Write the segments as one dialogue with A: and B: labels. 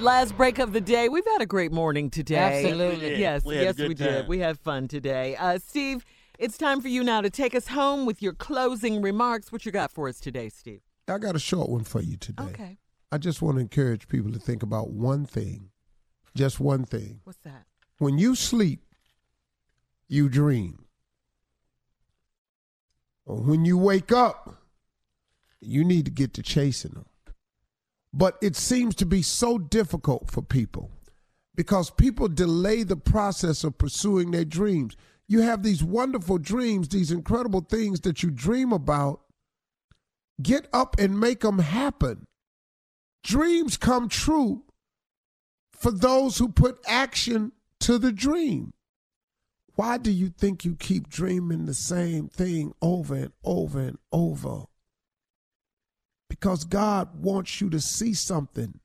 A: Last break of the day. We've had a great morning today.
B: Absolutely.
C: Yeah,
A: Yes,
C: we had a
A: yes,
C: good
A: we did.
C: time.
A: We had fun today. Uh, Steve, it's time for you now to take us home with your closing remarks. What you got for us today, Steve?
D: I got a short one for you today.
A: Okay.
D: I just want to encourage people to think about one thing, just one thing.
A: What's that?
D: When you sleep, you dream. When you wake up, you need to get to chasing them. But it seems to be so difficult for people because people delay the process of pursuing their dreams. You have these wonderful dreams, these incredible things that you dream about. Get up and make them happen. Dreams come true for those who put action to the dream. Why do you think you keep dreaming the same thing over and over and over? Because God wants you to see something.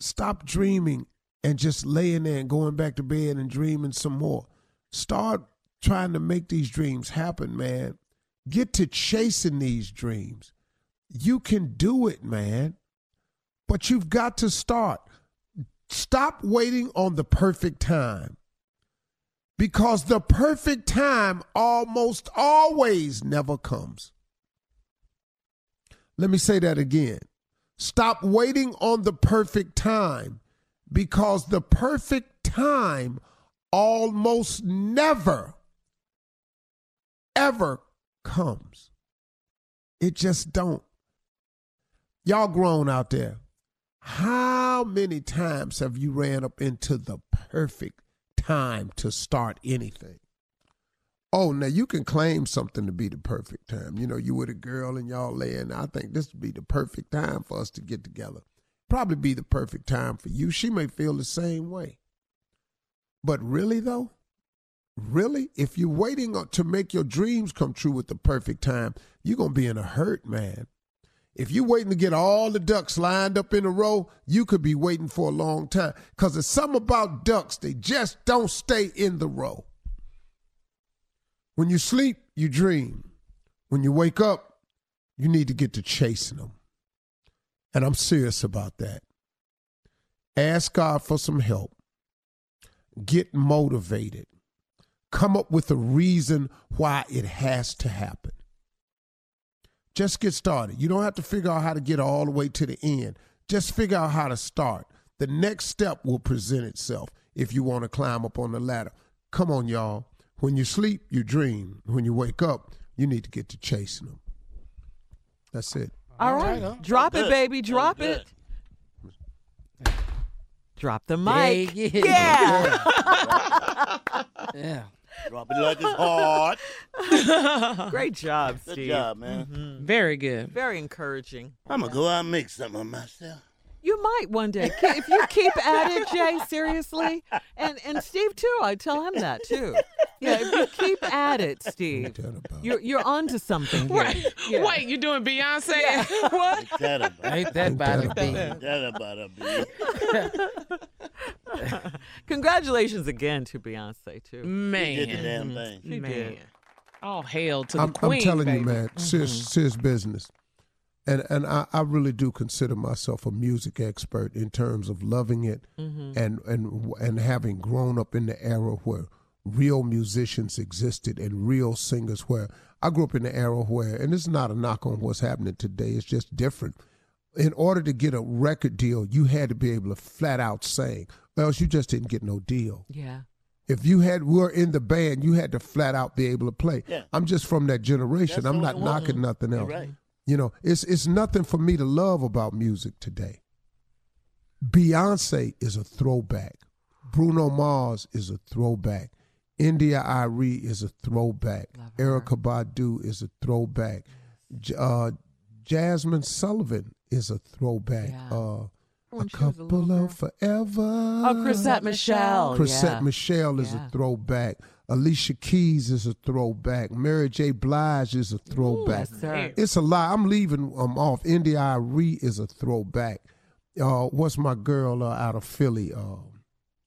D: Stop dreaming and just laying there and going back to bed and dreaming some more. Start trying to make these dreams happen, man. Get to chasing these dreams. You can do it, man but you've got to start. Stop waiting on the perfect time because the perfect time almost always never comes. Let me say that again. Stop waiting on the perfect time because the perfect time almost never, ever comes. It just don't. Y'all grown out there. How many times have you ran up into the perfect time to start anything? Oh, now you can claim something to be the perfect time. You know, you with a girl and y'all laying. I think this would be the perfect time for us to get together. Probably be the perfect time for you. She may feel the same way. But really, though, really, if you're waiting on- to make your dreams come true with the perfect time, you're going to be in a hurt, man. If you're waiting to get all the ducks lined up in a row, you could be waiting for a long time. Because there's something about ducks, they just don't stay in the row. When you sleep, you dream. When you wake up, you need to get to chasing them. And I'm serious about that. Ask God for some help. Get motivated. Come up with a reason why it has to happen just get started. You don't have to figure out how to get all the way to the end. Just figure out how to start. The next step will present itself if you want to climb up on the ladder. Come on, y'all. When you sleep, you dream. When you wake up, you need to get to chasing them. That's it.
A: All
B: right,
A: right.
B: huh?
A: Drop
C: I'm
A: it,
C: good.
A: baby.
C: I'm
A: Drop
C: good.
A: it. Drop the mic.
B: Yeah, yeah.
A: yeah.
B: Yeah.
C: Drop it like it's hard.
A: Great job,
C: Good
A: Steve.
C: job, man.
A: Mm-hmm.
B: Very good.
A: Very encouraging.
C: I'm gonna go out and make something of myself.
A: You might one day Ke- if you keep at it, Jay. Seriously, and and Steve too. I tell him that too. Yeah, if you keep at it, Steve,
D: Tell about it.
A: you're you're onto something. Here.
E: Right.
A: Yeah.
E: Wait, you doing Beyonce? what?
C: Ain't that about it?
B: Ain't that body
D: Ain't that
B: big?
C: Ain't that about it, B?
A: Congratulations again to Beyonce too.
C: Did the
E: Man.
C: damn
A: Mm-hmm.
C: thing.
A: Mm, She did.
E: Man. All hail to the
D: I'm,
E: queen.
D: I'm telling
E: baby. Mm-hmm.
D: you, man, serious, serious business. And and I, I really do consider myself a music expert in terms of loving it
A: Mm-hmm.
D: and and and having grown up in the era where real musicians existed and real singers where I grew up in the era where and it's not a knock on what's happening today, it's just different. In order to get a record deal, you had to be able to flat out sing, or else you just didn't get no deal.
A: Yeah.
D: If you had were in the band, you had to flat out be able to play.
C: Yeah.
D: I'm just from that generation.
C: That's
D: I'm
C: the
D: not
C: way it was.
D: knocking nothing
C: You're
D: else.
C: right.
D: You know, it's it's nothing for me to love about music today. Beyonce is a throwback. Bruno Mars is a throwback. India Irie is a throwback. Erica Badu is a throwback. J- Uh, Jasmine Sullivan is a throwback.
A: Yeah.
D: Uh, a
A: When she was a little
D: couple
A: girl.
D: of forever.
A: Oh, Chrisette Michelle.
D: Chrisette
A: yeah.
D: Michelle is
A: Yeah.
D: a throwback. Alicia Keys is a throwback. Mary J. Blige is a throwback.
A: Yes, sir.
D: it's a lot. I'm leaving um, off. India Irie is a throwback. Uh, what's my girl uh, out of Philly? Uh,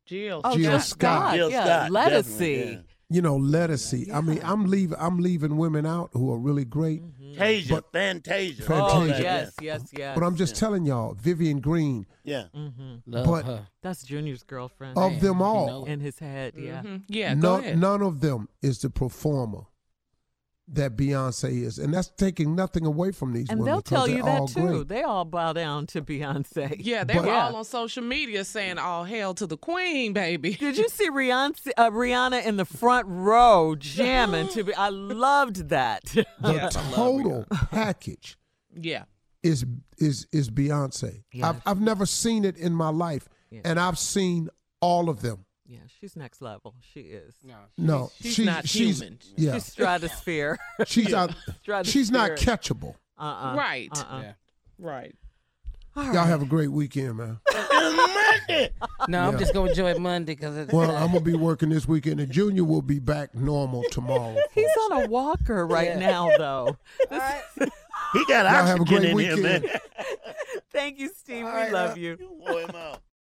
E: Jill.
A: Oh,
D: Jill
A: Jill
D: Scott.
A: Scott.
C: Jill
A: Oh, yeah.
C: Scott,
A: Let us
C: definitely,
A: see.
C: yeah.
D: you know, lettucey. I mean, I'm leaving. I'm leaving women out who are really great.
C: Fantasia.
D: But-
C: Fantasia.
A: Oh,
D: Fantasia.
A: yes, yes, yes.
D: But I'm just telling y'all, Vivian Green
C: Yeah.
A: hmm
B: Love
D: But-
B: her.
A: That's Junior's girlfriend
D: of them all,
B: know
A: in his head. Yeah.
E: Mhm. Yeah. Go
D: no-
E: ahead.
D: none of them is the performer that Beyonce is, and that's taking nothing away from these
A: And
D: women.
A: they'll
D: 'cause
A: tell
D: they're
A: you that
D: all
A: too.
D: great.
A: They all bow down to Beyonce.
E: Yeah, they
D: But-
E: were all
A: Yeah.
E: on social media saying all hail to the queen, baby.
A: Did you see Rihanna, uh, Rihanna in the front row jamming to be? I loved that.
D: The
E: Yes, I love
D: total package
E: Yeah.
D: is is is Beyonce.
A: Yeah.
D: I've I've never seen it in my life,
A: Yeah.
D: and I've seen all of them.
A: yeah, she's next level. She is.
D: No,
E: She's
D: she-
E: not
D: she's,
E: human.
D: Yeah,
A: She's stratosphere.
D: she's out.
A: Stratosphere.
D: She's not catchable.
A: Uh-uh.
E: Right.
A: Uh-uh.
B: Yeah.
E: Right.
A: All
D: Y'all
A: right.
D: have a great weekend, man.
B: No,
D: Yeah.
B: I'm just gonna enjoy Monday because it's
D: Well, I'm gonna be working this weekend, and Junior will be back normal tomorrow.
A: He's on a walker right now, though. This-
C: He got
A: Mm-hmm.
D: Y'all have a
C: oxygen
D: great
C: in him, man.
D: weekend.
A: Thank you, Steve. we love you.
C: You wore him out.